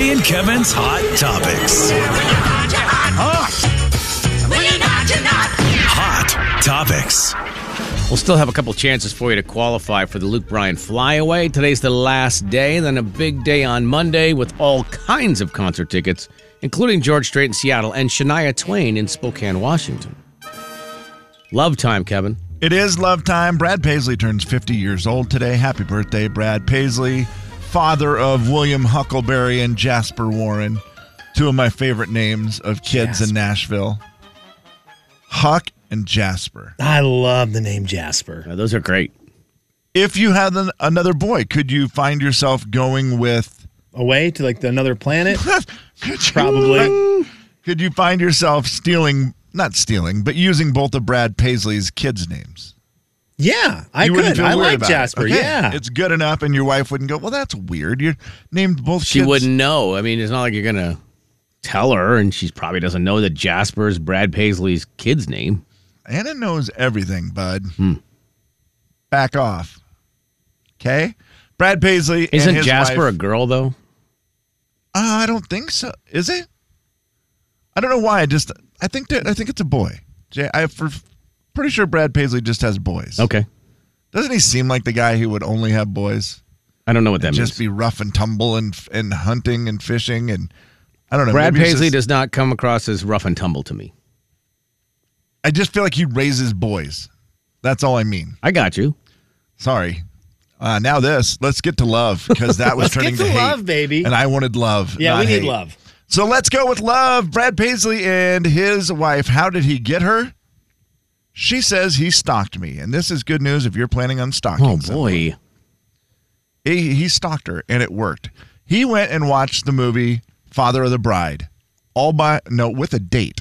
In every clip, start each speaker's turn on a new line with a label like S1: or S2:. S1: and Kevin's Hot Topics. Hot Topics.
S2: We'll still have a couple chances for you to qualify for the Luke Bryan Flyaway. Today's the last day, then a big day on Monday with all kinds of concert tickets, including George Strait in Seattle and Shania Twain in Spokane, Washington. Love time, Kevin.
S3: It is love time. Brad Paisley turns 50 years old today. Happy birthday, Brad Paisley, father of William Huckleberry and Jasper Warren, two of my favorite names of kids in Nashville. Huck and Jasper.
S4: I love the name Jasper.
S2: Uh, those are great.
S3: If you had an, another boy, could you find yourself going with
S4: Away to like another planet?
S3: Could you-
S4: Probably.
S3: Could you find yourself stealing, not stealing, but using both of Brad Paisley's kids' names?
S4: Yeah, I
S3: You wouldn't
S4: could.
S3: feel
S4: I
S3: weird
S4: like
S3: about it.
S4: Jasper.
S3: Okay.
S4: Yeah.
S3: It's good enough, and your wife wouldn't go, Well, that's weird. You named both
S2: She
S3: kids.
S2: wouldn't know. I mean, it's not like you're going to tell her, and she probably doesn't know that Jasper's Brad Paisley's kid's name.
S3: Anna knows everything, bud. Back off. Okay? Brad Paisley. and
S2: Isn't
S3: his
S2: Jasper
S3: wife-
S2: a girl, though?
S3: Uh, I don't think so. Is it? I don't know why. I just I think that I think it's a boy. J- I for pretty sure Brad Paisley just has boys.
S2: Okay.
S3: Doesn't he seem like the guy who would only have boys?
S2: I don't know what that means.
S3: just be rough and tumble and f- and hunting and fishing and I don't know.
S2: Brad
S3: maybe it's
S2: Paisley
S3: just-
S2: does not come across as rough and tumble to me.
S3: I just feel like he raises boys. That's all I mean.
S2: I got you.
S3: Sorry. Uh, now this. Let's get to love because that was
S4: Let's
S3: turning
S4: get to
S3: hate,
S4: love, baby.
S3: and I wanted love.
S4: yeah,
S3: not
S4: we need
S3: hate.
S4: love.
S3: So let's go with love. Brad Paisley and his wife. How did he get her? She says he stalked me, and this is good news if you're planning on stalking.
S2: Oh
S3: someone.
S2: boy.
S3: He, he stalked her, and it worked. He went and watched the movie Father of the Bride, all by no with a date.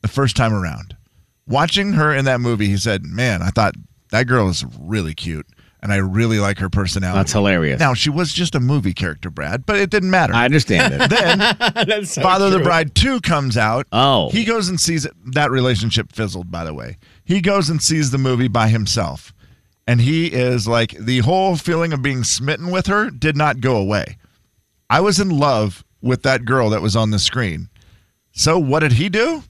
S3: The first time around, watching her in that movie, he said, "Man, I thought that girl is really cute, and I really like her personality."
S2: That's hilarious.
S3: Now she was just a movie character, Brad, but it didn't matter.
S2: I understand it.
S3: then
S4: That's so
S3: Father of the
S4: true.
S3: Bride 2 comes out.
S2: Oh.
S3: He goes and sees it. That relationship fizzled, by the way. He goes and sees the movie by himself. And he is like, the whole feeling of being smitten with her did not go away. I was in love with that girl that was on the screen. So what did he do?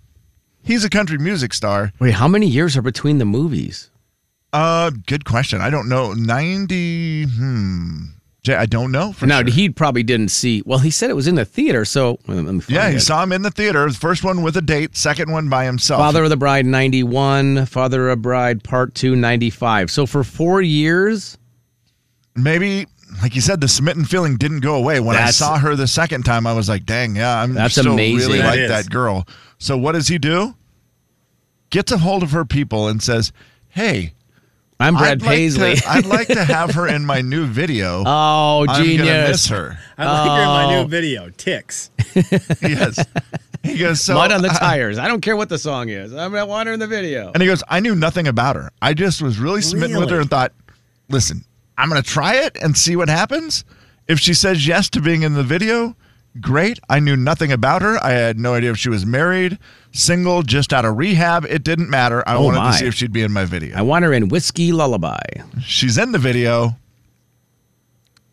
S3: He's a country music star.
S2: Wait, how many years are between the movies?
S3: Uh, good question. I don't know. 90, hmm. Jay, I don't know for
S2: now
S3: sure.
S2: he probably didn't see. Well, he said it was in the theater, so let me find
S3: yeah, he
S2: it.
S3: saw him in the theater. The first one with a date, second one by himself.
S2: Father of the Bride 91, Father of Bride Part 2 95. So for 4 years,
S3: maybe like you said the smitten feeling didn't go away when i
S2: That's-
S3: saw her the second time i was like dang yeah i'm
S2: That's
S3: still
S2: amazing.
S3: really
S2: That
S3: like
S4: is.
S3: that girl so what does he do gets a hold of her people and says hey
S2: I'm Brad
S3: I'd
S2: Paisley.
S3: like to, i'd like to have her in my new video
S2: oh,
S3: i'm gonna
S2: genius.
S3: miss her
S4: I like her in my
S2: Oh.
S4: new video, Ticks.
S3: yes he goes so
S2: Mud on the
S3: I-
S2: tires. I don't care what the song is. I'm going to want her in the video.
S3: and he goes i knew nothing about her i just was really smitten with
S4: Really?
S3: her and thought listen i'm gonna try it and see what happens if she says yes to being in the video great i knew nothing about her i had no idea if she was married single just out of rehab it didn't matter i
S2: Oh,
S3: wanted
S2: my.
S3: to see if she'd be in my
S2: I
S3: video
S2: want her in Whiskey Lullaby.
S3: she's in the video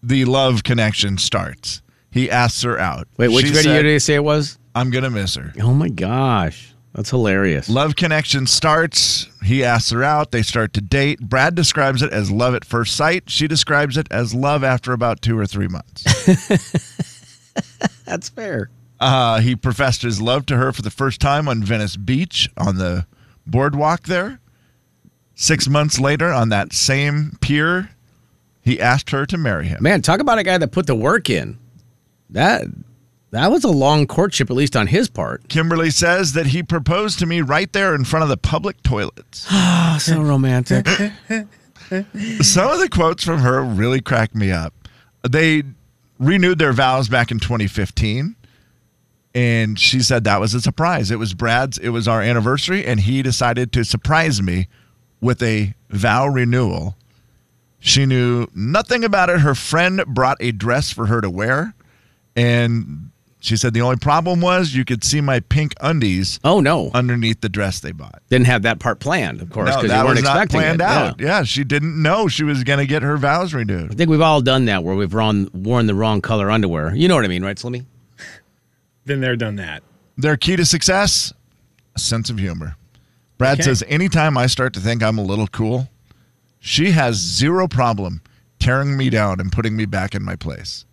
S3: the love connection starts he asks her out
S2: Wait, which
S3: She
S2: video
S3: said,
S2: did you say it was?
S3: i'm gonna miss her
S2: Oh my gosh. That's hilarious.
S3: Love connection starts. He asks her out. They start to date. Brad describes it as love at first sight. She describes it as love after about two or three months.
S2: That's fair.
S3: uh, he professed his love to her for the first time on Venice Beach on the boardwalk there. Six months later, on that same pier, he asked her to marry him.
S2: Man, talk about a guy that put the work in. That that was a long courtship, at least on his part.
S3: Kimberly says that he proposed to me right there in front of the public toilets.
S2: Oh, so romantic.
S3: Some of the quotes from her really cracked me up. They renewed their vows back in 2015, and she said that was a surprise. It was Brad's, it was our anniversary, and he decided to surprise me with a vow renewal. She knew nothing about it. Her friend brought a dress for her to wear, and She said the only problem was you could see my pink undies
S2: Oh no,
S3: underneath the dress they bought.
S2: didn't have that part planned, of course, because
S3: that
S2: you weren't
S3: was not
S2: expecting
S3: planned
S2: it. Yeah.
S3: out. Yeah. she didn't know she was going to get her vows
S2: I
S3: renewed.
S2: think we've all done that where we've worn, worn the wrong color underwear. You know what I mean, right, Slimmy?
S4: Been there, done that.
S3: Their key to success: a sense of humor. Brad
S4: Okay.
S3: says, anytime I start to think I'm a little cool, she has zero problem tearing me down and putting me back in my place.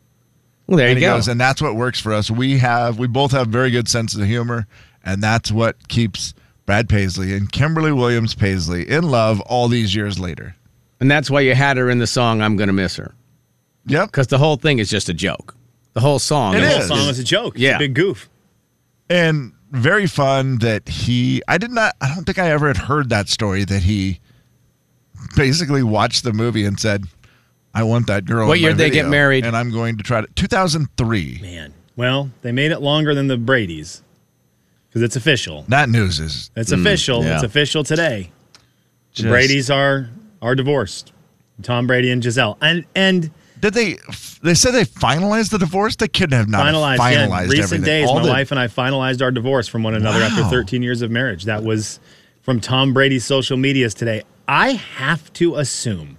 S2: Well, there
S3: and
S2: you
S3: he
S2: go.
S3: goes, and that's what works for us. We have, we both have very good senses of humor, and that's what keeps Brad Paisley and Kimberly Williams Paisley in love all these years later.
S2: and that's why you had her in the song "I'm Gonna Miss Her"
S3: Yep.
S2: because the whole thing is just a joke. The whole song
S3: It
S4: The
S2: is.
S4: whole
S3: is.
S4: song was a joke. It's
S2: Yeah.
S4: a big goof.
S3: And very fun that he, I did not, I don't think I ever had heard that story that he basically watched the movie and said, I want that girl.
S2: What
S3: in my
S2: year did they get
S3: video,
S2: married?
S3: And I'm going to try to, 2003.
S4: Man. Well, they made it longer than the Brady's because it's official.
S3: That news is
S4: It's official.
S2: yeah.
S4: It's official today.
S3: Mm, just-
S4: The Brady's are are divorced. Tom Brady and Giselle. And and
S3: Did they? They said they finalized the divorce. The kid have not
S4: finalized,
S3: finalized,
S4: yeah, in recent
S3: everything.
S4: days
S3: All
S4: my
S3: the-
S4: wife and i finalized our divorce from one another after
S3: Wow.
S4: 13 years of marriage that was from tom brady's social medias today i have to assume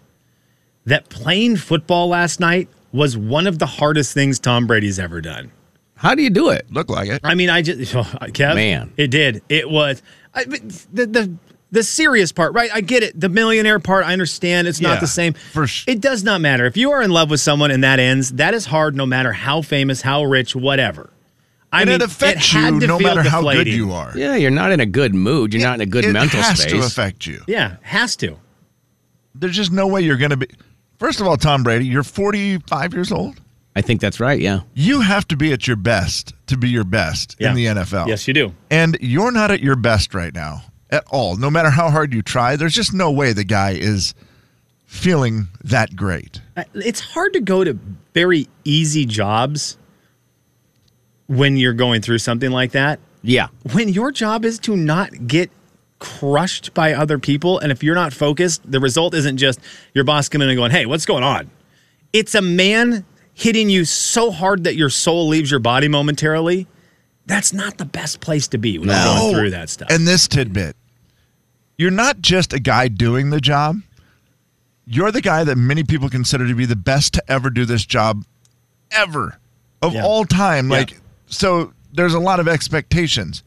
S4: that playing football last night was one of the hardest things tom brady's ever done
S2: How do you do it?
S3: Look like it.
S4: I mean, I just oh, Kev,
S2: Man.
S4: it did. It was I, but the the the serious part, right? I get it. The millionaire part, I understand. It's
S3: Yeah,
S4: not the same.
S3: for sh-
S4: It does not matter if you are in love with someone and that ends. That is hard, no matter how famous, how rich, whatever. I
S3: and
S4: mean,
S3: it affects
S4: had
S3: you
S4: to
S3: no
S4: feel
S3: matter how good
S4: deflating.
S3: you are.
S2: Yeah, you're not in a good mood. You're not in a good
S3: it
S2: mental
S3: has
S2: space.
S3: to affect you.
S4: Yeah, has to.
S3: There's just no way you're going to be. First of all, Tom Brady, you're 45 years old.
S2: I think that's right. Yeah.
S3: You have to be at your best to be your best
S4: Yeah.
S3: in the NFL.
S4: Yes, you do.
S3: And you're not at your best right now at all. No matter how hard you try, there's just no way the guy is feeling that great.
S4: I- It's hard to go to very easy jobs when you're going through something like that.
S2: Yeah.
S4: when your job is to not get crushed by other people and if you're not focused the result isn't just your boss coming in and going hey what's going on it's a man hitting you so hard that your soul leaves your body momentarily that's not the best place to be when you're going
S3: Oh,
S4: through that stuff
S3: And this tidbit you're not just a guy doing the job, you're the guy that many people consider to be the best to ever do this job ever of
S4: Yeah.
S3: all time.
S4: Yeah.
S3: Like, so there's a lot of expectations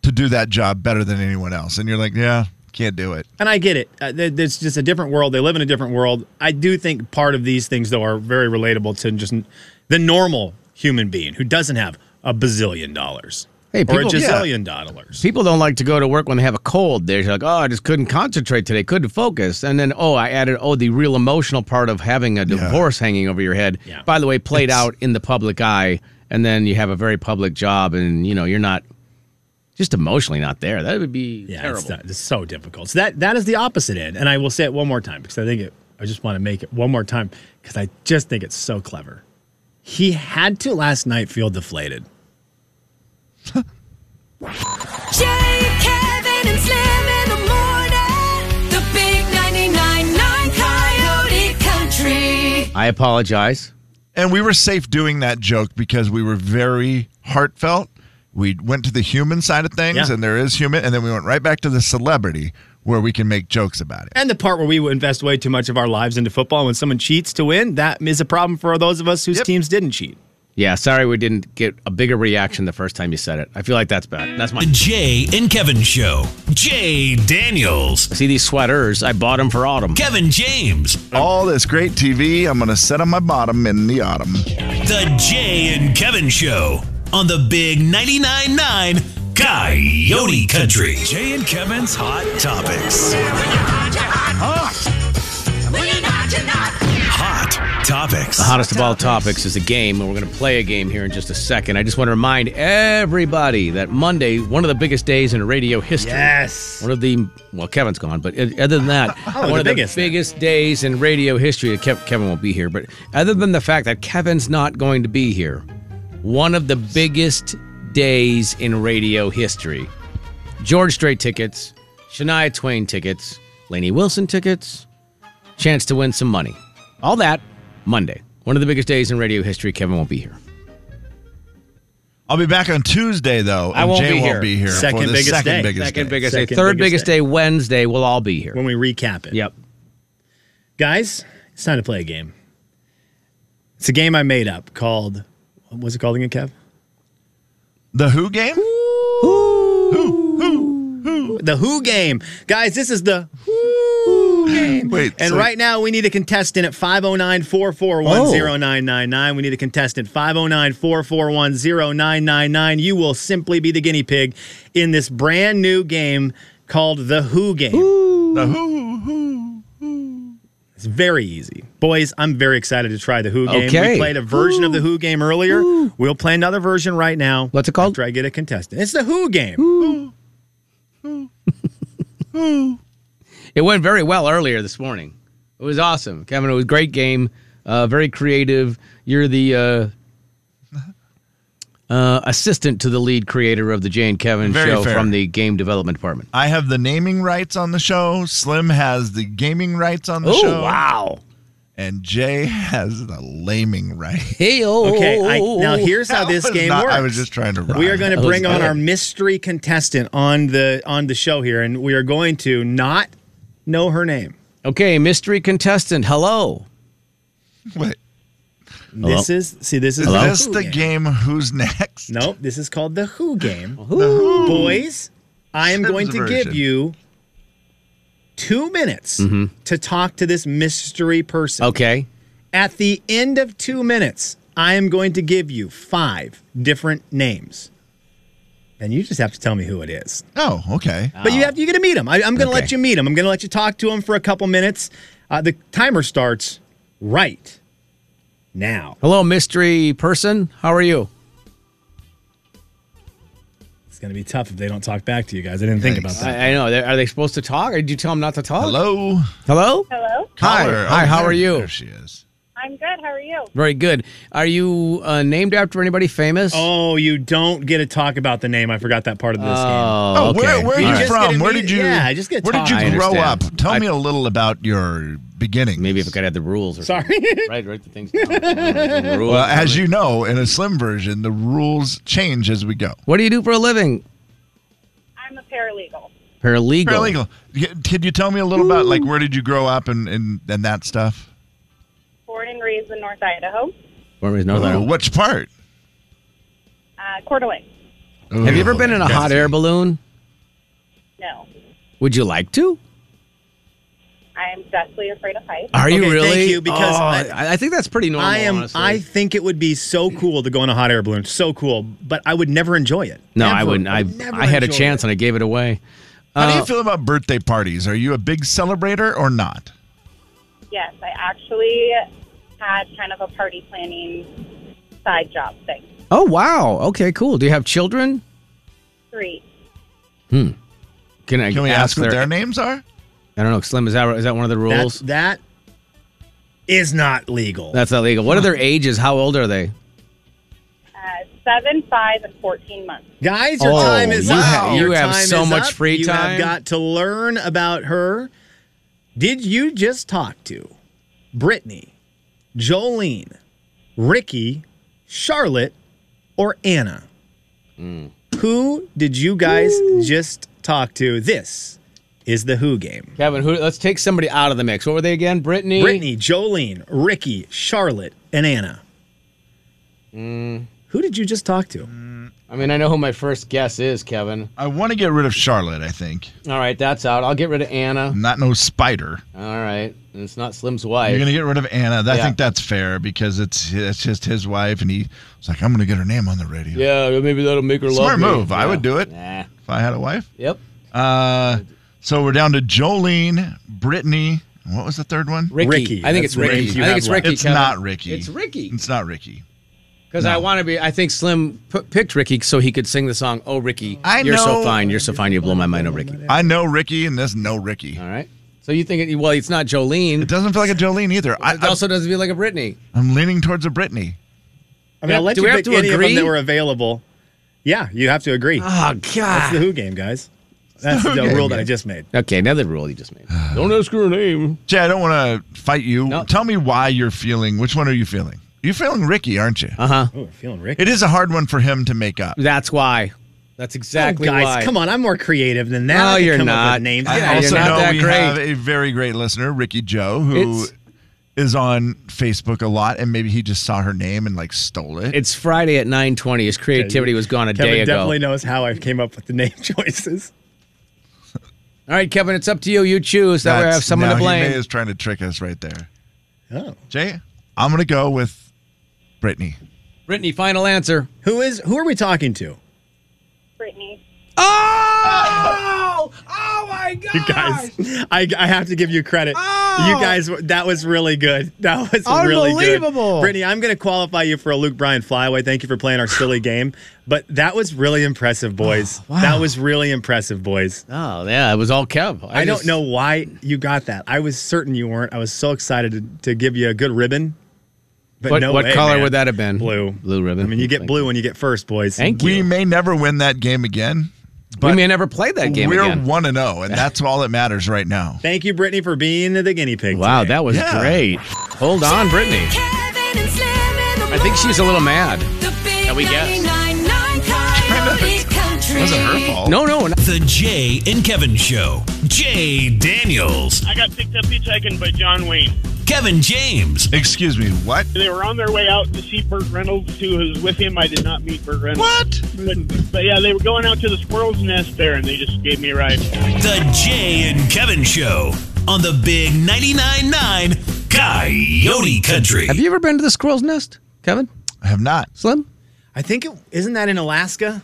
S3: to do that job better than anyone else. And you're like, yeah, can't do it.
S4: And I get it. Uh, th- it's just a different world. They live in a different world. I do think part of these things, though, are very relatable to just n- the normal human being who doesn't have a bazillion dollars
S2: Hey,
S4: or a
S2: people- yeah.
S4: gazillion dollars.
S2: People don't like to go to work when they have a cold. They're like, oh, I just couldn't concentrate today, couldn't focus. And then, oh, I added, oh, the real emotional part of having a divorce hanging over your head.
S4: Yeah.
S2: By the way, played out in the public eye. And then you have a very public job and, you know, you're not just emotionally not there. That would be
S4: Yeah,
S2: terrible.
S4: it's, not- it's so difficult. So that that is the opposite end, and I will say it one more time because I think it. I just want to make it one more time because I just think it's so clever. He had to last night feel deflated.
S5: Jay, Kevin, and Slim in the morning. The big 99.9 Coyote Country.
S2: I apologize.
S3: And we were safe doing that joke because we were very heartfelt. We went to the human side of things,
S4: Yeah.
S3: and there is human, and then we went right back to the celebrity where we can make jokes about it.
S4: And the part where we would invest way too much of our lives into football when someone cheats to win, that is a problem for those of us whose teams didn't cheat.
S2: Yeah, sorry we didn't get a bigger reaction the first time you said it. I feel like that's bad. That's my.
S1: The Jay and Kevin Show. Jay Daniels.
S2: See these sweaters? I bought them for autumn.
S1: Kevin James.
S3: all this great TV. I'm going to set on my bottom in the autumn.
S1: The Jay and Kevin Show on the Big 99.9 9 Coyote Country. Jay and Kevin's Hot Topics. Hot Topics.
S2: The hottest of all topics is a game, and we're going to play a game here in just a second. I just want to remind everybody that Monday, one of the biggest days in radio history. One of the well, Kevin's gone, but other than that, one
S4: Oh, the
S2: of
S4: biggest.
S2: the biggest days in radio history. Kev- Kevin won't be here, but other than the fact that Kevin's not going to be here, one of the biggest days in radio history. George Strait tickets, Shania Twain tickets, Laney Wilson tickets, chance to win some money. All that Monday. One of the biggest days in radio history. Kevin won't be here.
S3: I'll be back on Tuesday though.
S2: I
S3: and
S2: won't
S3: Jay
S2: be
S3: won't
S2: here.
S3: be here.
S4: Second
S3: for the
S4: biggest
S3: second
S4: day.
S3: biggest
S2: Second
S3: day.
S2: biggest day.
S4: Second
S2: Third
S4: biggest
S2: biggest
S4: day.
S2: day, Wednesday, we'll all be here.
S4: when we recap it.
S2: Yep.
S4: Guys, it's time to play a game. It's a game I made up called, what was it called again, Kev?
S3: The Who game?
S4: The Who game. Guys, this is the Who game.
S3: Wait,
S4: and
S3: so-
S4: right now we need a contestant at 509 441 0999. We need a contestant 509 441 0999. You will simply be the guinea pig in this brand new game called The Who game.
S3: The Who Who.
S4: It's very easy. Boys, I'm very excited to try the Who game.
S2: Okay.
S4: We played a version of the Who game earlier. We'll play another version right now.
S2: What's it called?
S4: After I get a contestant. It's the Who game.
S2: It went very well earlier this morning. It was awesome, Kevin. It was a great game, uh, very creative. You're the uh, uh, assistant to the lead creator of the Jay and Kevin
S3: Very
S2: show
S3: fair.
S2: from the game development department.
S3: I have the naming rights on the show. Slim has the gaming rights on the show.
S2: wow!
S3: And Jay has the laming rights.
S2: Hey, oh,
S4: Okay, I,
S2: oh,
S4: now
S2: oh.
S4: here's how
S3: That
S4: this
S3: was
S4: game
S3: not-
S4: works.
S3: I was just trying to rhyme.
S4: We are going to
S2: That was
S4: bring on
S2: good.
S4: our mystery contestant on the on the show here, and we are going to not know her name.
S2: okay, mystery contestant. Hello.
S3: Wait,
S4: This is see, this is
S3: is
S4: the
S3: this
S4: Who
S3: the
S4: game.
S3: game Who's Next?
S4: Nope, this is called the Who game.
S2: Ooh.
S4: Boys, I am
S3: Sims
S4: going to give
S3: version.
S4: you two minutes to talk to this mystery person.
S2: Mm-hmm. Okay.
S4: At the end of two minutes, I am going to give you five different names. And you just have to tell me who it is.
S3: Oh, okay.
S4: But you have you get to meet him. I, am going to
S2: Um, Okay.
S4: let you meet him. I'm going to let you talk to him for a couple minutes. Uh, the timer starts right now.
S2: Hello, mystery person. How are you?
S4: It's going to be tough if they don't talk back to you guys. I didn't think
S3: Yikes.
S4: about that.
S2: I, I know. Are they supposed to talk, or did you tell them not to talk?
S3: Hello.
S2: Hello.
S6: Hello.
S2: Hi.
S3: Caller.
S2: Hi.
S3: Oh,
S2: How
S3: there-
S2: are you?
S3: There she is.
S6: I'm good. How are you?
S2: Very good. Are you uh, named after anybody famous?
S4: Oh, you don't get to talk about the name. I forgot that part of this game.
S3: Oh, where, where are
S4: You
S3: you
S4: just get
S3: from?
S4: to
S3: Where
S4: meet-
S3: did you?
S4: yeah, I just get
S3: Where did
S4: taught.
S3: you
S2: I
S3: grow up?
S2: understand.
S3: Tell
S2: I-
S3: me a little about your beginning.
S2: Maybe if I could add the rules or
S4: Sorry.
S2: something. Right, write the things down. The rules.
S3: Well, as you know, in a slim version, the rules change as we go.
S2: what do you do for a living?
S6: I'm a paralegal.
S2: Paralegal.
S3: Paralegal. Y- Could you tell me a little about like where did you grow up and and, and that stuff?
S6: Born and raised in North Idaho,
S2: Born and raised in North
S3: Ooh,
S4: Oh,
S2: Idaho.
S3: which part?
S6: uh, Coeur d'Alene.
S2: Have you ever been in a
S3: Ooh,
S2: hot air balloon?
S6: No,
S2: Would you like to?
S6: I'm deathly afraid of heights.
S2: Are you
S4: Okay,
S2: really?
S4: thank you, because
S2: Oh,
S4: I-
S2: I, I think that's pretty normal.
S4: I am.
S2: honestly.
S4: I think it would be so cool to go in a hot air balloon. So cool, but I would never enjoy it.
S2: no,
S4: Ever.
S2: I wouldn't. I
S4: would never
S2: I had a
S4: enjoy
S2: chance
S4: it.
S2: and I gave it away.
S3: How do
S2: Uh,
S3: you feel about birthday parties? Are you a big celebrator or not?
S6: Yes, I actually had kind of a party planning side job thing.
S2: Oh wow. Okay. Cool. Do you have children?
S6: Three.
S2: Can I
S3: Can we ask,
S2: ask,
S3: what
S2: their?
S3: their names are?
S2: I don't know. Slim is that is that one of the rules?
S4: That's, that is not legal.
S2: That's illegal. What are their ages? How old are they?
S6: Uh, seven, five, and 14 months.
S4: Guys, your
S2: Oh,
S4: time is
S2: you
S4: up.
S2: ha- you
S4: Your
S2: have
S4: time
S2: so
S4: is
S2: much
S4: up.
S2: free
S4: you
S2: time.
S4: have got to learn about her. Did you just talk to Brittany, Jolene, Ricky, Charlotte, or Anna? Who did you guys just talk to? This is the Who game.
S2: Kevin, who, let's take somebody out of the mix. What were they again? Brittany.
S4: Brittany, Jolene, Ricky, Charlotte, and Anna. Who did you just talk to?
S2: I mean, I know who my first guess is, Kevin.
S3: I want to get rid of Charlotte. I think
S2: All right, that's out. I'll get rid of Anna.
S3: not no spider.
S2: All right, and it's not Slim's
S3: You're
S2: wife.
S3: gonna get rid of Anna. I
S2: Yeah.
S3: think that's fair because it's it's just his wife, and he was like, "I'm gonna get her name on the radio."
S2: yeah, maybe that'll make her
S3: Smart
S2: love me.
S3: move. I
S2: Yeah.
S3: would do it.
S2: Nah.
S3: If I had a wife.
S2: Yep.
S3: Uh, so we're down to Jolene, Brittany. and What was the third one?
S2: Ricky.
S4: Ricky.
S2: I think it's
S4: That's the
S2: Ricky.
S4: names you
S2: I think
S4: have
S2: it's
S4: left.
S2: Ricky.
S3: It's
S2: Kevin.
S3: not Ricky.
S2: It's Ricky.
S3: It's not Ricky.
S2: Because I
S3: No.
S2: want to be. I think Slim p- picked Ricky so he could sing the song. Oh, Ricky,
S3: I
S2: you're so
S3: know-
S2: fine. You're so fine. You blow my mind. Oh, Ricky.
S3: I know Ricky, and there's no Ricky.
S2: All right. So you think? It, well, it's not Jolene.
S3: It doesn't feel like a Jolene either. I,
S2: It also doesn't feel like a Britney.
S3: I'm leaning towards a Brittany.
S4: I mean, I'll let
S2: Do
S4: you
S2: we have
S4: pick
S2: to
S4: any of
S2: agree?
S4: them that were available. Yeah, you have to agree.
S2: Oh
S4: That's the
S2: God.
S4: Who game, guys. That's the,
S3: Who game,
S4: rule that
S3: yeah.
S4: I just made.
S2: Okay, another rule you just made. Don't ask her name.
S3: Jay, I don't want to fight you.
S2: No.
S3: Tell me why you're feeling. Which one are you feeling? You're feeling Ricky, aren't you?
S2: Uh huh.
S4: Ooh, feeling Rick.
S3: It is a hard one for him to make up.
S2: That's why. That's exactly
S4: oh, guys,
S2: why.
S4: come on! I'm more creative than that.
S2: No,
S4: I can
S2: you're
S4: come Up
S2: not.
S4: with names.
S2: I
S3: I
S4: Get
S2: Yeah,
S4: out
S2: you're
S4: of
S3: also
S4: here.
S2: not
S3: know
S2: that
S3: we
S2: great.
S3: have a very great listener, Ricky Joe, who is
S2: It's-
S3: on Facebook a lot, and maybe he just saw her name and like stole it.
S2: It's Friday at 9:20. His creativity was gone a
S4: Kevin
S2: day ago.
S4: definitely knows how I came up with the name choices.
S2: All right, Kevin, it's up to you. You choose. That way I
S3: That's-
S2: have someone to
S3: now he
S2: blame.
S3: may is trying to trick us right there.
S4: Oh,
S3: Jay, I'm gonna go with Brittany.
S2: Brittany, final answer.
S4: who is? Who are we talking to?
S6: Brittany.
S2: Oh! Oh my God!
S4: You guys, I, I have to give you credit.
S2: Oh!
S4: You guys, were- that was really good. That was really
S2: Unbelievable.
S4: good. Brittany, I'm going to qualify you for a Luke Bryan flyaway. Thank you for playing our silly game. But that was really impressive, boys. That was really impressive, boys.
S2: Oh yeah, it was all Kev.
S4: I,
S2: just-
S4: don't know why you got that. I was certain you weren't. I was so excited to, to give you a good ribbon. But
S2: What,
S4: no
S2: what
S4: way,
S2: color
S4: man.
S2: would that have been?
S4: Blue.
S2: Blue ribbon.
S4: I mean, you get
S2: Thank
S4: blue when you get first, boys.
S2: Thank you.
S3: We may never win that game again,
S2: we
S3: but
S2: may never play that game
S3: we're
S2: again.
S3: one and zero, and that's all that matters right now.
S4: Thank you, Brittany, for being the guinea pig.
S2: Wow,
S4: today.
S2: that was
S3: Yeah.
S2: great. Hold on, Brittany.
S5: Kevin and Slim in the
S2: I think she's a little mad.
S5: The big
S2: we guess.
S5: 999 Coyote Country.
S3: wasn't her fault.
S2: No, no, not-
S1: The Jay and Kevin Show. Jay Daniels,
S7: I got picked up and taken by John Wayne.
S1: Kevin James,
S3: Excuse me, what?
S7: They were on their way out to see Burt Reynolds, who was with him. I did not meet Burt Reynolds.
S3: What?
S7: But, but yeah, they were going out to the squirrel's nest there, and they just gave me a ride.
S1: The Jay and Kevin Show on the Big 99.9 9 Coyote Country.
S2: Have you ever been to the squirrel's nest, Kevin?
S3: I have not.
S2: Slim?
S4: I think it isn't that in Alaska?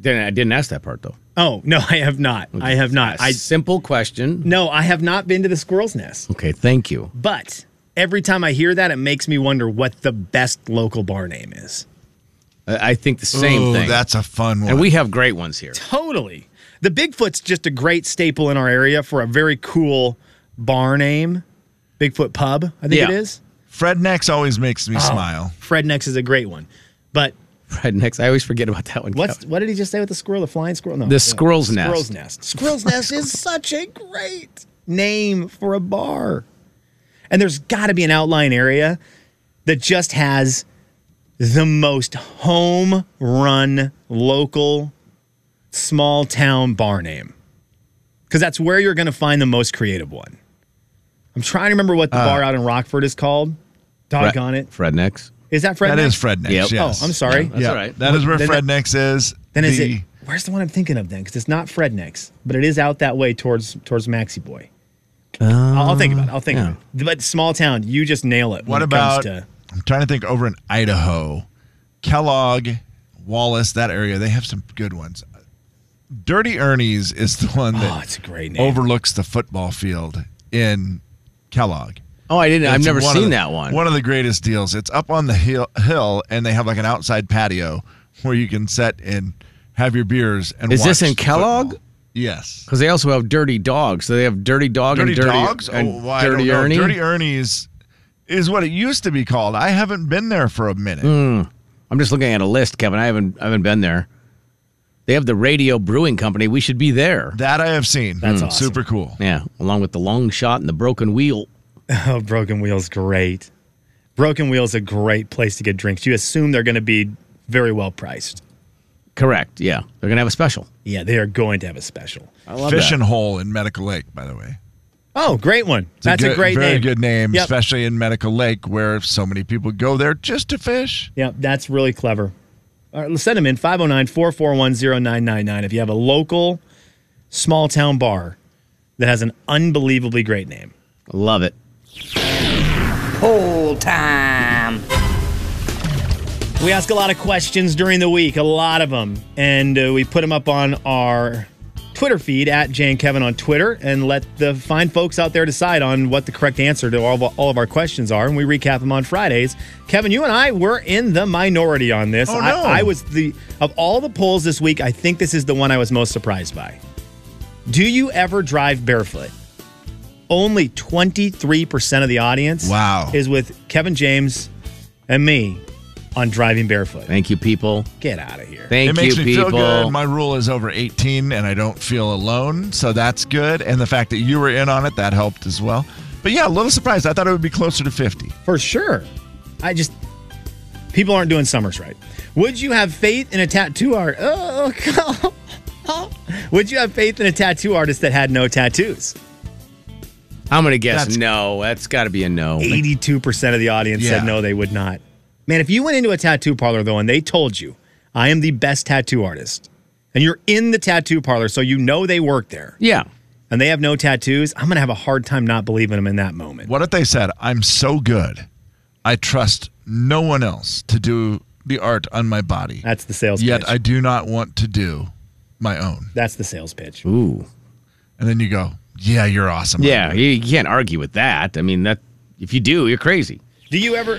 S2: Didn't, I didn't ask that part though.
S4: Oh no, I have not. I have not. I
S2: simple question.
S4: no, I have not been to the squirrel's nest.
S2: Okay, thank you.
S4: But every time I hear that, it makes me wonder what the best local bar name is.
S2: I, I think the same
S3: Ooh,
S2: thing.
S3: That's a fun one.
S2: and we have great ones here.
S4: Totally. The Bigfoot's just a great staple in our area for a very cool bar name. Bigfoot Pub, I think
S2: Yeah.
S4: it is.
S3: Fred Nex always makes
S2: Oh.
S3: me smile.
S4: Fred Nex is a great one. But
S2: Right next, I always forget about that one.
S4: what's
S2: Kevin.
S4: what did he just say with the squirrel? The flying squirrel? No.
S2: The squirrel's nest.
S4: Squirrel's nest. Squirrel's nest is such a great name for a bar. And there's got to be an outlying area that just has the most home run local small town bar name. Because that's where you're going to find the most creative one. I'm trying to remember what the bar out in Rockford is called. Doggone it.
S2: Fred next.
S4: Is that Fred?
S3: That
S4: Nex?
S3: is Fred Nex.
S2: Yep.
S3: Yes.
S4: Oh, I'm sorry.
S2: That's all right.
S3: That is where
S4: Then
S3: Fred Nex is.
S4: Then is
S3: The-
S4: it where's the one I'm thinking of then? Because it's not Fred Nex, but it is out that way towards towards Maxi Boy. I'll, I'll think about it. I'll think about it. But small town, you just nail it. when
S3: What
S4: it
S3: about?
S4: Comes to,
S3: I'm trying to think over in Idaho, Kellogg, Wallace, that area. They have some good ones. Dirty Ernie's is the one
S4: oh,
S3: that
S4: it's a great name.
S3: overlooks the football field in Kellogg.
S2: Oh, I didn't. I've
S3: It's
S2: never
S3: one of
S2: seen
S3: the-
S2: that one.
S3: One of the greatest deals. It's up on the hill, hill, and they have like an outside patio where you can sit and have your beers. And
S2: Is this
S3: watch
S2: in Kellogg?
S3: football. Yes.
S2: Because they also have dirty dogs. So they have dirty dog
S3: Dirty
S2: and dirty
S3: Dogs?
S2: and
S3: oh, well,
S2: dirty
S3: I don't
S2: Ernie.
S3: know. Dirty Ernie's is what it used to be called. I haven't been there for a minute.
S2: Mm. I'm just looking at a list, Kevin. I haven't I haven't been there. They have the Radio Brewing Company. We should be there.
S3: That I have seen. Mm.
S4: That's awesome.
S3: super cool.
S2: Yeah, along with the long shot and the broken wheel.
S4: Oh, Broken Wheel's great. Broken Wheel's a great place to get drinks. You assume they're going to be very well priced.
S2: Correct. Yeah, they're gonna have a special.
S4: Yeah, they are going to have a special.
S2: I love
S3: Fishing
S2: that.
S3: Hole in Medical Lake, by the way.
S4: Oh, great one.
S3: It's
S4: That's a,
S3: good-
S4: great
S3: very
S4: name.
S3: good name,
S4: Yep.
S3: especially in Medical Lake, where so many people go there just to fish.
S4: Yeah, that's really clever. All right, let's send them in 509 441 0999 if you have a local small town bar that has an unbelievably great name.
S2: Love it.
S8: Poll time.
S4: We ask a lot of questions during the week, a lot of them, and uh, we put them up on our Twitter feed at Jay and Kevin on Twitter and let the fine folks out there decide on what the correct answer to all of, all of our questions are. And we recap them on Fridays. Kevin, you and I were in the minority on this.
S3: Oh, no.
S4: I, I was the, of all the polls this week, I think this is the one I was most surprised by. Do you ever drive barefoot? Only 23% of the audience
S3: Wow.
S4: is with Kevin James and me on driving barefoot.
S2: Thank you, people.
S4: Get out of here.
S2: Thank
S3: it makes
S2: you,
S3: me
S2: people.
S3: feel good. My rule is over 18, and I don't feel alone, so that's good. And the fact that you were in on it that helped as well. But yeah, a little surprised. I thought it would be closer to 50.
S4: For sure. I just People aren't doing summers right. Would you have faith in a tattoo art? Oh, God. Would you have faith in a tattoo artist that had no tattoos?
S2: I'm gonna guess
S3: That's-
S2: no. That's got to be a no.
S4: 82% of the audience
S3: Yeah.
S4: said no, they would not. Man, if you went into a tattoo parlor though and they told you, I am the best tattoo artist, and you're in the tattoo parlor, so you know they work there,
S2: Yeah.
S4: and they have no tattoos, I'm gonna have a hard time not believing them in that moment.
S3: What if they said, I'm so good, I trust no one else to do the art on my body,
S4: That's the sales
S3: yet
S4: pitch.
S3: I do not want to do my own?
S4: That's the sales pitch.
S2: Ooh.
S3: And then you go, Yeah, you're awesome.
S2: Yeah. You, you can't argue with that. I mean, that if you do, you're crazy.
S4: Do you ever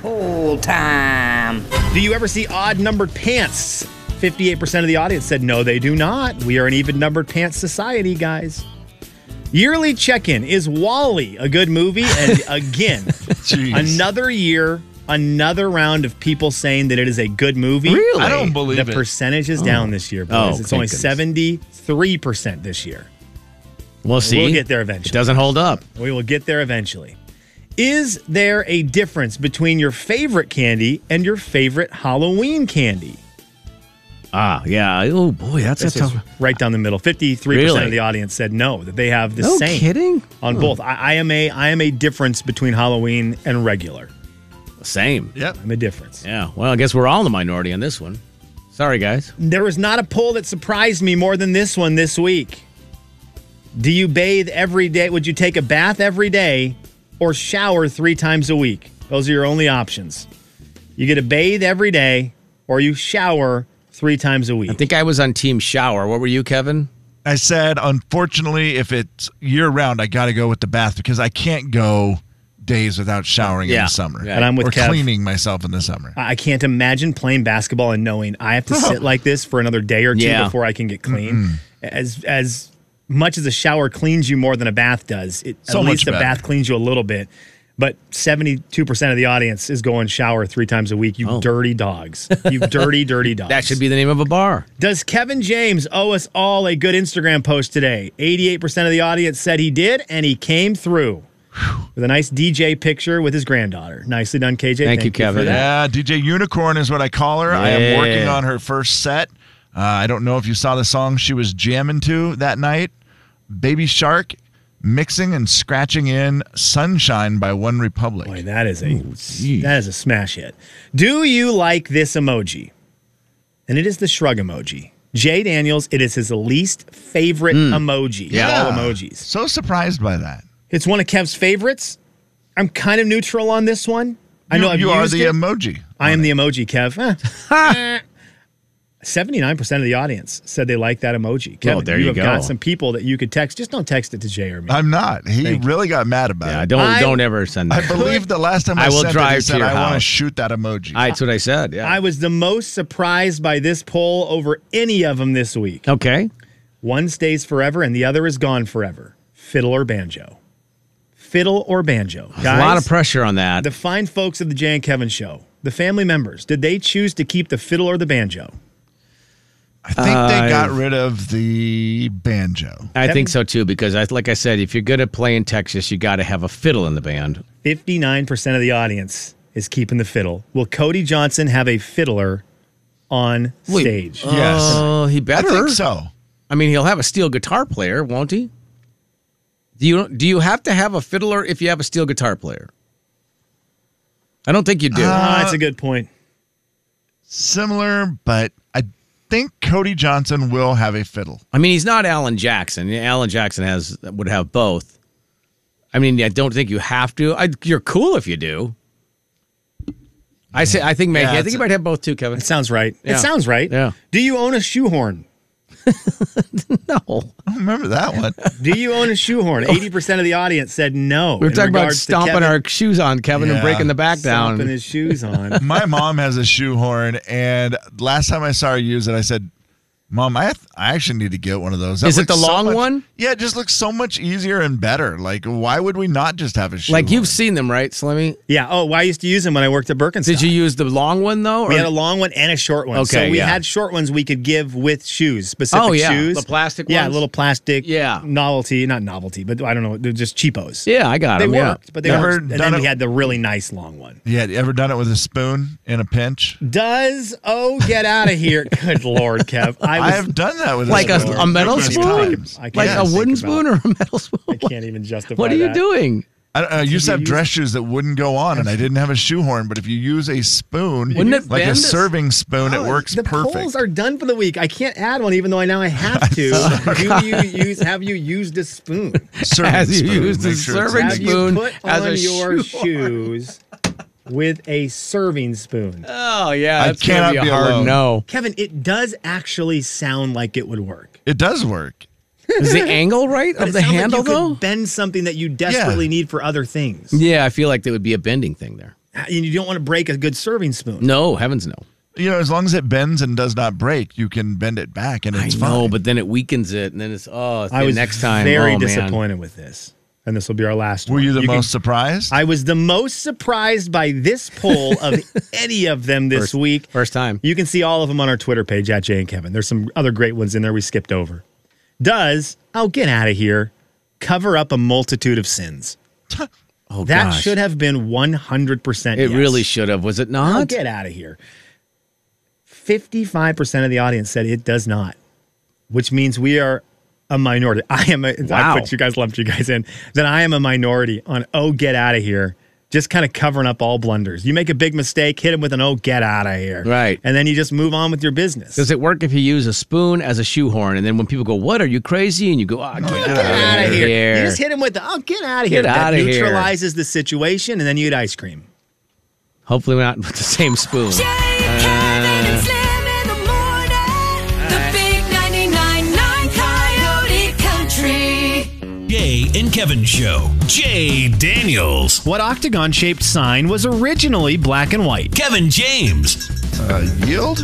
S8: Full time.
S4: do you ever see odd numbered pants? 58% of the audience said no, they do not. We are an even numbered pants society, guys. Yearly check in. Is Wally a good movie? And again,
S3: Jeez.
S4: Another year, another round of people saying that it is a good movie.
S2: Really?
S3: I don't believe
S4: The
S3: it.
S4: percentage is down this year, boys.
S2: Oh,
S4: it's
S2: thank
S4: only
S2: goodness.
S4: seventy-three percent this year.
S2: We'll see.
S4: We'll get there
S2: It
S4: eventually.
S2: doesn't hold up.
S4: We will get there eventually. Is there a difference between your favorite candy and your favorite Halloween candy?
S2: Ah, yeah. Oh boy, that's a
S4: This is
S2: tough.
S4: right down the middle. Fifty-three percent
S2: Really?
S4: of the audience said no that they have the
S2: No
S4: same
S2: kidding. Hmm.
S4: on both. I, I am a I am a difference between Halloween and regular.
S2: Same.
S3: Yep.
S4: I'm a difference.
S2: Yeah. Well, I guess we're all in the minority on this one. Sorry, guys.
S4: There was not a poll that surprised me more than this one this week. Do you bathe every day? Would you take a bath every day or shower three times a week? Those are your only options. You get to bathe every day or you shower three times a week.
S2: I think I was on team shower. What were you, Kevin?
S3: I said, Unfortunately, if it's year round, I got to go with the bath because I can't go days without showering in
S2: Yeah.
S3: the summer.
S2: Yeah.
S4: and I'm with
S3: Or
S4: Kev.
S3: cleaning myself in the summer.
S4: I I can't imagine playing basketball and knowing I have to sit like this for another day or two
S2: Yeah.
S4: before I can get clean.
S3: Mm-hmm.
S4: As as much as a shower cleans you more than a bath does, it,
S3: So
S4: at
S3: much
S4: least a
S3: better.
S4: bath cleans you a little bit. But seventy-two percent of the audience is going shower three times a week. You dirty dogs! You dirty, dirty dogs!
S2: Oh. That should be the name of a bar.
S4: Does Kevin James owe us all a good Instagram post today? 88% of the audience said he did, and he came through with a nice DJ picture with his granddaughter. Nicely done, KJ.
S2: Thank you,
S4: for
S2: Kevin.
S4: that.
S3: Yeah, DJ Unicorn is what I call her. I am working
S2: Yeah.
S3: on her first set. Uh, I don't know if you saw the song she was jamming to that night. Baby Shark mixing and scratching in Sunshine by One Republic.
S4: Boy, that is a that is a smash hit. Do you like this emoji? And it is the shrug emoji. Jay Daniels, it is his least favorite emoji
S3: Hmm. Yeah.
S4: of all emojis.
S3: So surprised by that.
S4: It's one of Kev's favorites. I'm kind of neutral on this one. I know
S3: you,
S4: I've
S3: you are
S4: used
S3: the
S4: it.
S3: emoji.
S4: I am the emoji, Kev. Eh. Seventy-nine percent of the audience said they like that emoji. Kevin,
S2: there you
S4: have
S2: go.
S4: got some people that you could text. Just don't text it to Jay or me.
S3: I'm not. He really got mad about
S2: Yeah,
S3: it.
S2: don't
S4: I-
S2: don't ever send
S3: I
S2: that.
S3: believe the last time I,
S2: I will
S3: sent it,
S2: drive
S3: he
S2: to
S3: said,
S2: your
S3: I want to
S2: house."
S3: shoot that emoji.
S2: I, that's Ah, what I said. Yeah.
S4: I was the most surprised by this poll over any of them this week.
S2: okay.
S4: One stays forever and the other is gone forever. Fiddle or banjo? Fiddle or banjo?
S2: There's
S4: Guys,
S2: a lot of pressure on that.
S4: the fine folks of the Jay and Kevin show, the family members, did they choose to keep the fiddle or the banjo?
S3: I think they got rid of the banjo.
S2: I
S4: Kevin?
S2: think so too because I, like I said, if you're gonna play in Texas, you got to have a fiddle in the band.
S4: 59% of the audience is keeping the fiddle. Will Cody Johnson have a fiddler on
S2: Wait,
S4: stage?
S3: Yes.
S2: Oh, he
S3: I
S2: better.
S3: think so.
S2: I mean, he'll have a steel guitar player, won't he? Do you do you have to have a fiddler if you have a steel guitar player? I don't think you do.
S4: Ah, that's a good point.
S3: Similar, but I think Cody Johnson will have a fiddle.
S2: I mean, he's not Alan Jackson. Alan Jackson has would have both. I mean, I don't think you have to. I, you're cool if you do. I say, I think Maggie. I think
S3: it's-
S2: you might have both too, Kevin.
S4: It sounds right.
S2: Yeah.
S4: It sounds right.
S2: Yeah.
S4: Do you own a shoehorn?
S2: No,
S3: I don't remember that one.
S4: Do you own a shoehorn? 80% of the audience said no.
S2: we were
S4: in
S2: talking about
S4: regards to
S2: stomping
S4: Kevin
S2: our shoes on Kevin
S3: Yeah.
S2: and breaking the back down.
S4: stomping his shoes on.
S3: My mom has a shoehorn, and last time I saw her use it, I said, Mom, I th- I actually need to get one of those.
S2: Is it
S3: looks
S2: the long
S3: much-
S2: one?
S3: Yeah, it just looks so much easier and better. Like, why would we not just have a shoe?
S2: Like
S3: horn?
S2: you've seen them, right, Slimmy?
S4: Yeah. Oh, well, I used to use them when I worked at Birkenstock.
S2: Did you use the long one though?
S4: We
S2: or-
S4: had a long one and a short one.
S2: Okay,
S4: so we
S2: yeah.
S4: had short ones we could give with shoes, specific
S2: Oh, yeah.
S4: shoes.
S2: The plastic
S4: Yeah,
S2: ones?
S4: little plastic
S2: Yeah.
S4: novelty, not novelty, but I don't know, they're just cheapos.
S2: yeah, I got
S4: They
S2: them.
S4: worked,
S2: yeah.
S4: but they
S3: Never
S4: worked. And
S3: done
S4: then
S3: it-
S4: we had the really nice long one.
S3: yeah, you ever done it with a spoon in a pinch?
S4: Does oh get out of here. Good lord, Kev. I
S3: I
S4: was
S3: have done that with
S2: Like a,
S3: a spoon.
S2: a metal
S3: numerous
S2: spoon,
S3: times.
S4: I can't
S2: like
S4: even
S2: a
S4: think
S2: wooden
S4: about
S2: spoon
S4: it.
S2: or a metal spoon.
S4: I can't even justify
S2: What are you
S4: that.
S2: doing?
S3: I, don't- I used to have
S4: use-
S3: dress shoes that wouldn't go on, and I didn't have a shoehorn. But if you use a spoon,
S2: Wouldn't it
S3: like a
S2: bend?
S3: serving spoon,
S4: Oh,
S3: it works
S4: the
S3: perfect.
S4: polls are done for the week. I can't add one, even though I now I have to. Do you use? Have you used a spoon?
S3: serving
S2: As you
S3: spoon.
S2: use the
S3: Make sure it's
S2: serving
S3: nice.
S4: Have you
S2: spoon
S4: put
S2: as
S4: on
S2: a shoe
S4: your shoes with a serving spoon?
S2: Oh yeah,
S3: I
S2: that's gonna
S3: cannot
S2: be a
S3: be
S2: hard
S3: alone.
S2: no.
S4: Kevin, it does actually sound like it would work.
S3: It does work.
S2: Is the angle right of
S4: But it
S2: the
S4: sounds like
S2: handle
S4: you could
S2: though?
S4: bend something that you desperately need for other things,
S2: Yeah, I feel like there would be a bending thing there.
S4: and you don't want to break a good serving spoon.
S2: No, heavens no.
S3: You know, as long as it bends and does not break, you can bend it back, and it's
S2: I
S3: fine.
S2: know, but then it weakens it, and then it's oh.
S4: I
S2: the
S4: was
S2: next time.
S4: very
S2: oh, man.
S4: disappointed with this, and this will be our last.
S3: were
S4: one.
S3: you the
S4: can-
S3: most surprised?
S4: I was the most surprised by this poll of any of them this
S2: First-
S4: week.
S2: first time.
S4: You can see all of them on our Twitter page at Jay and Kevin. There's some other great ones in there we skipped over. Does, oh, get out of here, cover up a multitude of sins?
S2: Oh,
S4: That
S2: gosh.
S4: should have been 100%.
S2: It
S4: yes.
S2: really should have. Was it
S4: Oh,
S2: not?
S4: get out of here. 55% of the audience said it does not, which means we are a minority. I am a,
S2: Wow.
S4: I put you guys lumped you guys in. Then I am a minority on oh get out of here. Just kind of covering up all blunders. You make a big mistake, hit him with an oh get out of here.
S2: Right.
S4: And then you just move on with your business.
S2: Does it work if you use a spoon as a shoehorn? And then when people go, "What are you crazy?" and you go, "Ah, get,
S4: get
S2: out of here!"
S4: You just hit him with the oh get out of here.
S2: outta
S4: That
S2: here.
S4: neutralizes the situation and then you eat ice cream.
S2: Hopefully, we're not with the same spoon.
S5: Jay and Kevin and Slim in the morning. The big 99.9 Coyote Country.
S1: Jay and Kevin Show. Jay Daniels.
S4: What octagon shaped sign was originally black and white?
S1: Kevin James.
S3: uh, yield?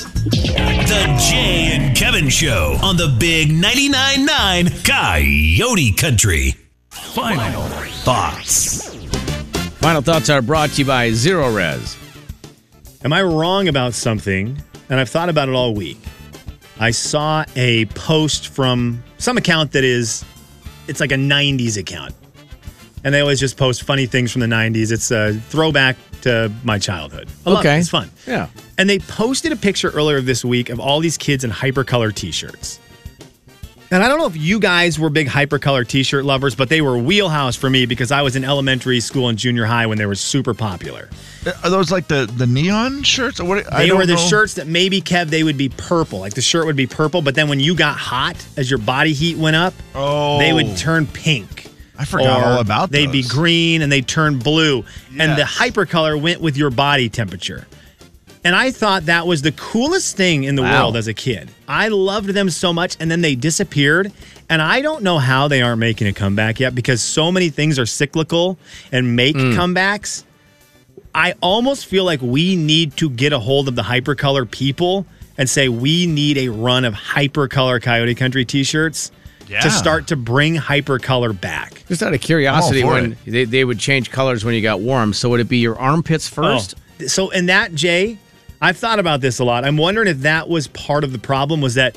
S1: The Jay and Kevin Show on the Big 99.9 9 Coyote Country. Final thoughts.
S2: Final thoughts are brought to you by Zero Res.
S4: Am I wrong about something? And I've thought about it all week. I saw a post from some account that is, it's like a 90s account. And they always just post funny things from the 90s. It's a throwback to my childhood. I love it.
S2: Okay.
S4: It's fun.
S2: Yeah.
S4: And they posted a picture earlier this week of all these kids in hypercolor t shirts. And I don't know if you guys were big hypercolor t shirt lovers, but they were wheelhouse for me because I was in elementary school and junior high when they were super popular.
S3: Are those like the, the neon shirts? Or What, I
S4: They
S3: don't
S4: were the
S3: know.
S4: shirts that maybe Kev they would be purple. Like the shirt would be purple, but then when you got hot, as your body heat went up,
S3: Oh.
S4: they would turn pink.
S3: I forgot
S4: Or
S3: all about
S4: They'd be
S3: those.
S4: green and they'd turn blue. And the
S3: Yes.
S4: hypercolor went with your body temperature. And I thought that was the coolest thing in the
S2: Wow.
S4: world as a kid. I loved them so much, and then they disappeared. And I don't know how they aren't making a comeback yet because so many things are cyclical and make
S3: Mm.
S4: comebacks. I almost feel like we need to get a hold of the hypercolor people and say we need a run of hypercolor Coyote Country t-shirts
S3: Yeah.
S4: to start to bring hypercolor back.
S2: Just out of curiosity,
S3: I'm all for
S2: when they, they would change colors when you got warm, so would it be your armpits first?
S4: Oh. So and that Jay, I've thought about this a lot. I'm wondering if that was part of the problem was that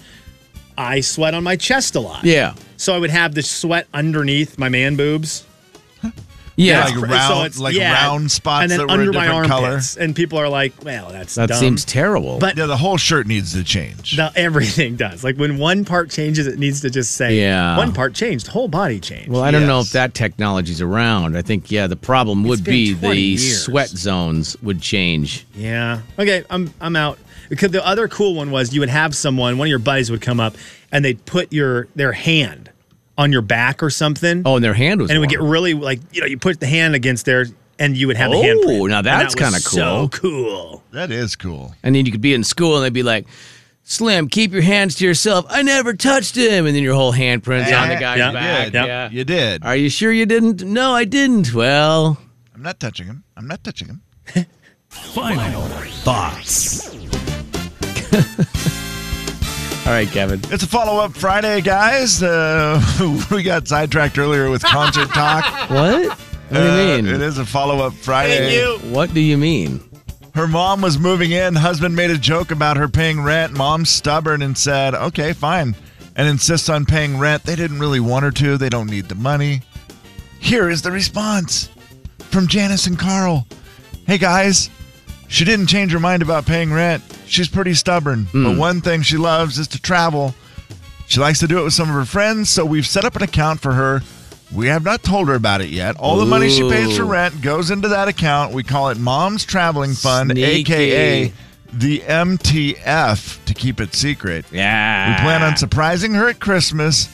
S4: I sweat on my chest a lot.
S2: Yeah.
S4: So I would have the sweat underneath my man boobs.
S2: Yeah.
S3: like
S4: It's-
S3: round- like round spots
S4: and then
S3: that were a
S4: under my
S3: different color.
S4: armpits. And people are like, "Well, that's
S2: that
S4: dumb.
S2: seems terrible.
S4: But-
S3: Yeah, the whole shirt needs to change.
S4: The, everything does. Like when one part changes, it needs to just say,
S2: Yeah.
S4: one part changed, whole body changed.
S2: well, I don't know
S3: Yes.
S2: if that technology's around. I think yeah, the problem would
S4: been
S2: be the
S4: 20 years.
S2: sweat zones would change.
S4: yeah. Okay, I'm I'm out. Because the other cool one was you would have someone, one of your buddies would come up, and they'd put your their hand on your back or something,
S2: Oh, and their hand was
S4: and it would
S2: warm.
S4: get really like you know you put the hand against there, and you would have the
S2: Oh,
S4: hand.
S2: now that's kinda
S4: So cool.
S3: that is cool.
S2: And then you could be in school and they'd be like, Slim, keep your hands to yourself. I never touched him. And then your whole handprint's on the
S3: Yeah,
S2: guy's
S4: yeah,
S2: back.
S4: yeah,
S2: Yeah.
S3: You did.
S2: Are you sure you didn't? No, I didn't. Well,
S3: I'm not touching him. I'm not touching him.
S1: Final thoughts.
S2: All right, Kevin.
S3: It's a follow up Friday, guys. Uh, we got sidetracked earlier with concert talk.
S2: What? What do
S3: Uh,
S2: you mean?
S3: it is a follow up Friday.
S2: What do you mean?
S3: Her mom was moving in. Husband made a joke about her paying rent. Mom's stubborn and said, okay, fine, and insists on paying rent. They didn't really want her to, they don't need the money. Here is the response from Janice and Carl Hey, guys, she didn't change her mind about paying rent. She's pretty stubborn, but one thing she loves is to travel. She likes to do it with some of her friends, so we've set up an account for her. We have not told her about it yet. All the money she pays for
S2: Ooh.
S3: rent goes into that account. We call it Mom's Traveling Fund,
S2: Sneaky.
S3: aka the MTF, to keep it secret.
S2: Yeah.
S3: We plan on surprising her at Christmas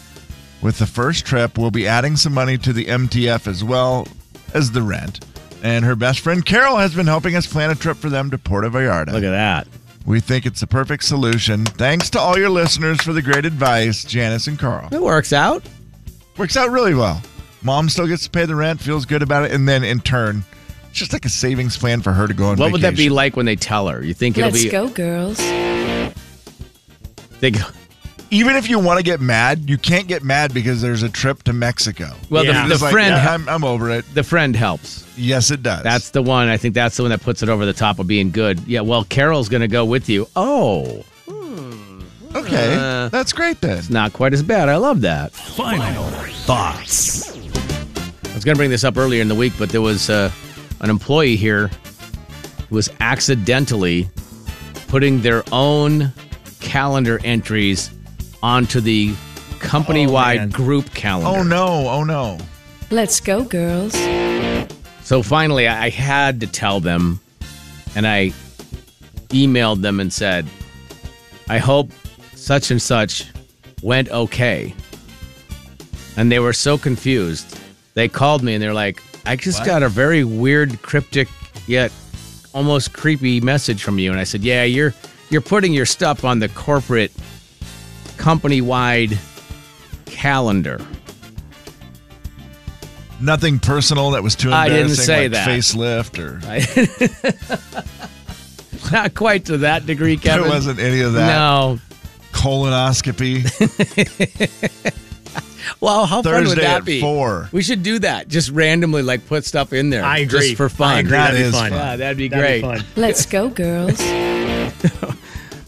S3: with the first trip. We'll be adding some money to the MTF as well as the rent. And her best friend Carol has been helping us plan a trip for them to Puerto Vallarta.
S2: Look at that.
S3: We think it's the perfect solution. Thanks to all your listeners for the great advice, Janice and Carl.
S2: It works out.
S3: Works out really well. Mom still gets to pay the rent, feels good about it, and then in turn, it's just like a savings plan for her to go on
S2: What would that be
S3: vacation.
S2: like when they tell her? You think it'll
S5: Let's
S2: be?
S5: go, girls.
S2: They go.
S3: Even if you want to get mad, you can't get mad because there's a trip to Mexico.
S2: Well,
S4: Yeah.
S2: the,
S3: It's
S2: the
S3: like,
S2: friend,
S3: yeah, I'm, I'm over it.
S2: the friend helps.
S3: Yes, it does.
S2: That's the one. I think that's the one that puts it over the top of being good. Yeah. Well, Carol's going to go with you. Oh,
S3: okay.
S2: Uh,
S3: That's great then.
S2: not quite as bad. I love that.
S1: Final thoughts.
S2: I was going to bring this up earlier in the week, but there was uh, an employee here who was accidentally putting their own calendar entries onto the
S4: Oh,
S2: company-wide
S4: man.
S2: group calendar.
S3: Oh no! Oh no!
S5: Let's go, girls.
S2: So finally, I I had to tell them, and I emailed them and said, I hope such and such went okay. And they were so confused. They called me and they're like, I just got a very weird, cryptic, yet almost creepy message from you. And I said, Yeah, you're you're putting your stuff on the corporate company wide calendar.
S3: Nothing personal that was too
S2: I
S3: embarrassing.
S2: didn't say
S3: like
S2: that.
S3: Facelift or
S2: Not quite to that degree, Kevin.
S3: there wasn't any of that.
S2: No,
S3: Colonoscopy
S2: Wow, how fun would
S3: Thursday
S2: that
S3: at
S2: be?
S3: four.
S2: We should do that. Just randomly, like put stuff in there.
S4: I agree.
S2: just for fun.
S4: I agree.
S3: That
S4: That'd be
S3: is
S4: fun.
S3: fun.
S2: Yeah, that'd be great.
S4: That'd be fun.
S5: Let's go, girls.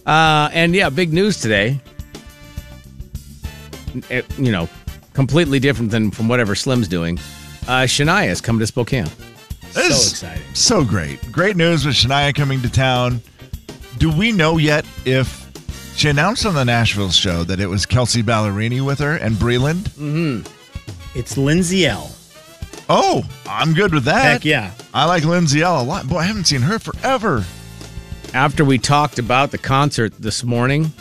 S2: Uh, and yeah, big news today. It- you know, completely different than from whatever Slim's doing. Uh, Shania has come to Spokane.
S3: This-
S4: exciting.
S3: So great. Great news with Shania coming to town. Do we know yet if she announced on the Nashville show that it was Kelsey Ballerini with her and Breland?
S4: It's Lindsay L.
S3: Oh, I'm good with that.
S4: Heck yeah.
S3: I like Lindsay L a lot. Boy, I haven't seen her forever.
S2: After we talked about the concert this morning,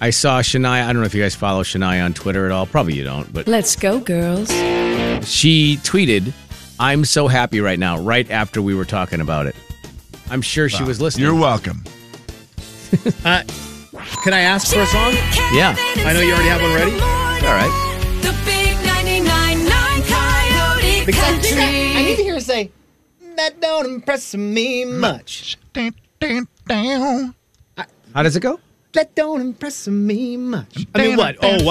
S2: I saw Shania. I don't know if you guys follow Shania on Twitter at all. Probably you don't, but
S5: Let's go, girls.
S2: She tweeted, I'm so happy right now, right after we were talking about it. I'm sure she was listening.
S3: You're welcome.
S4: Uh, can I ask for a song?
S2: Yeah.
S4: I know you already have one ready.
S2: All right.
S5: The big 99.9 Coyote
S4: Because I think
S5: Country.
S4: I, I need to hear her say, that don't impress me much.
S3: Dun, dun, dun.
S2: How does it go?
S4: That don't impress me much. I mean, what? Oh,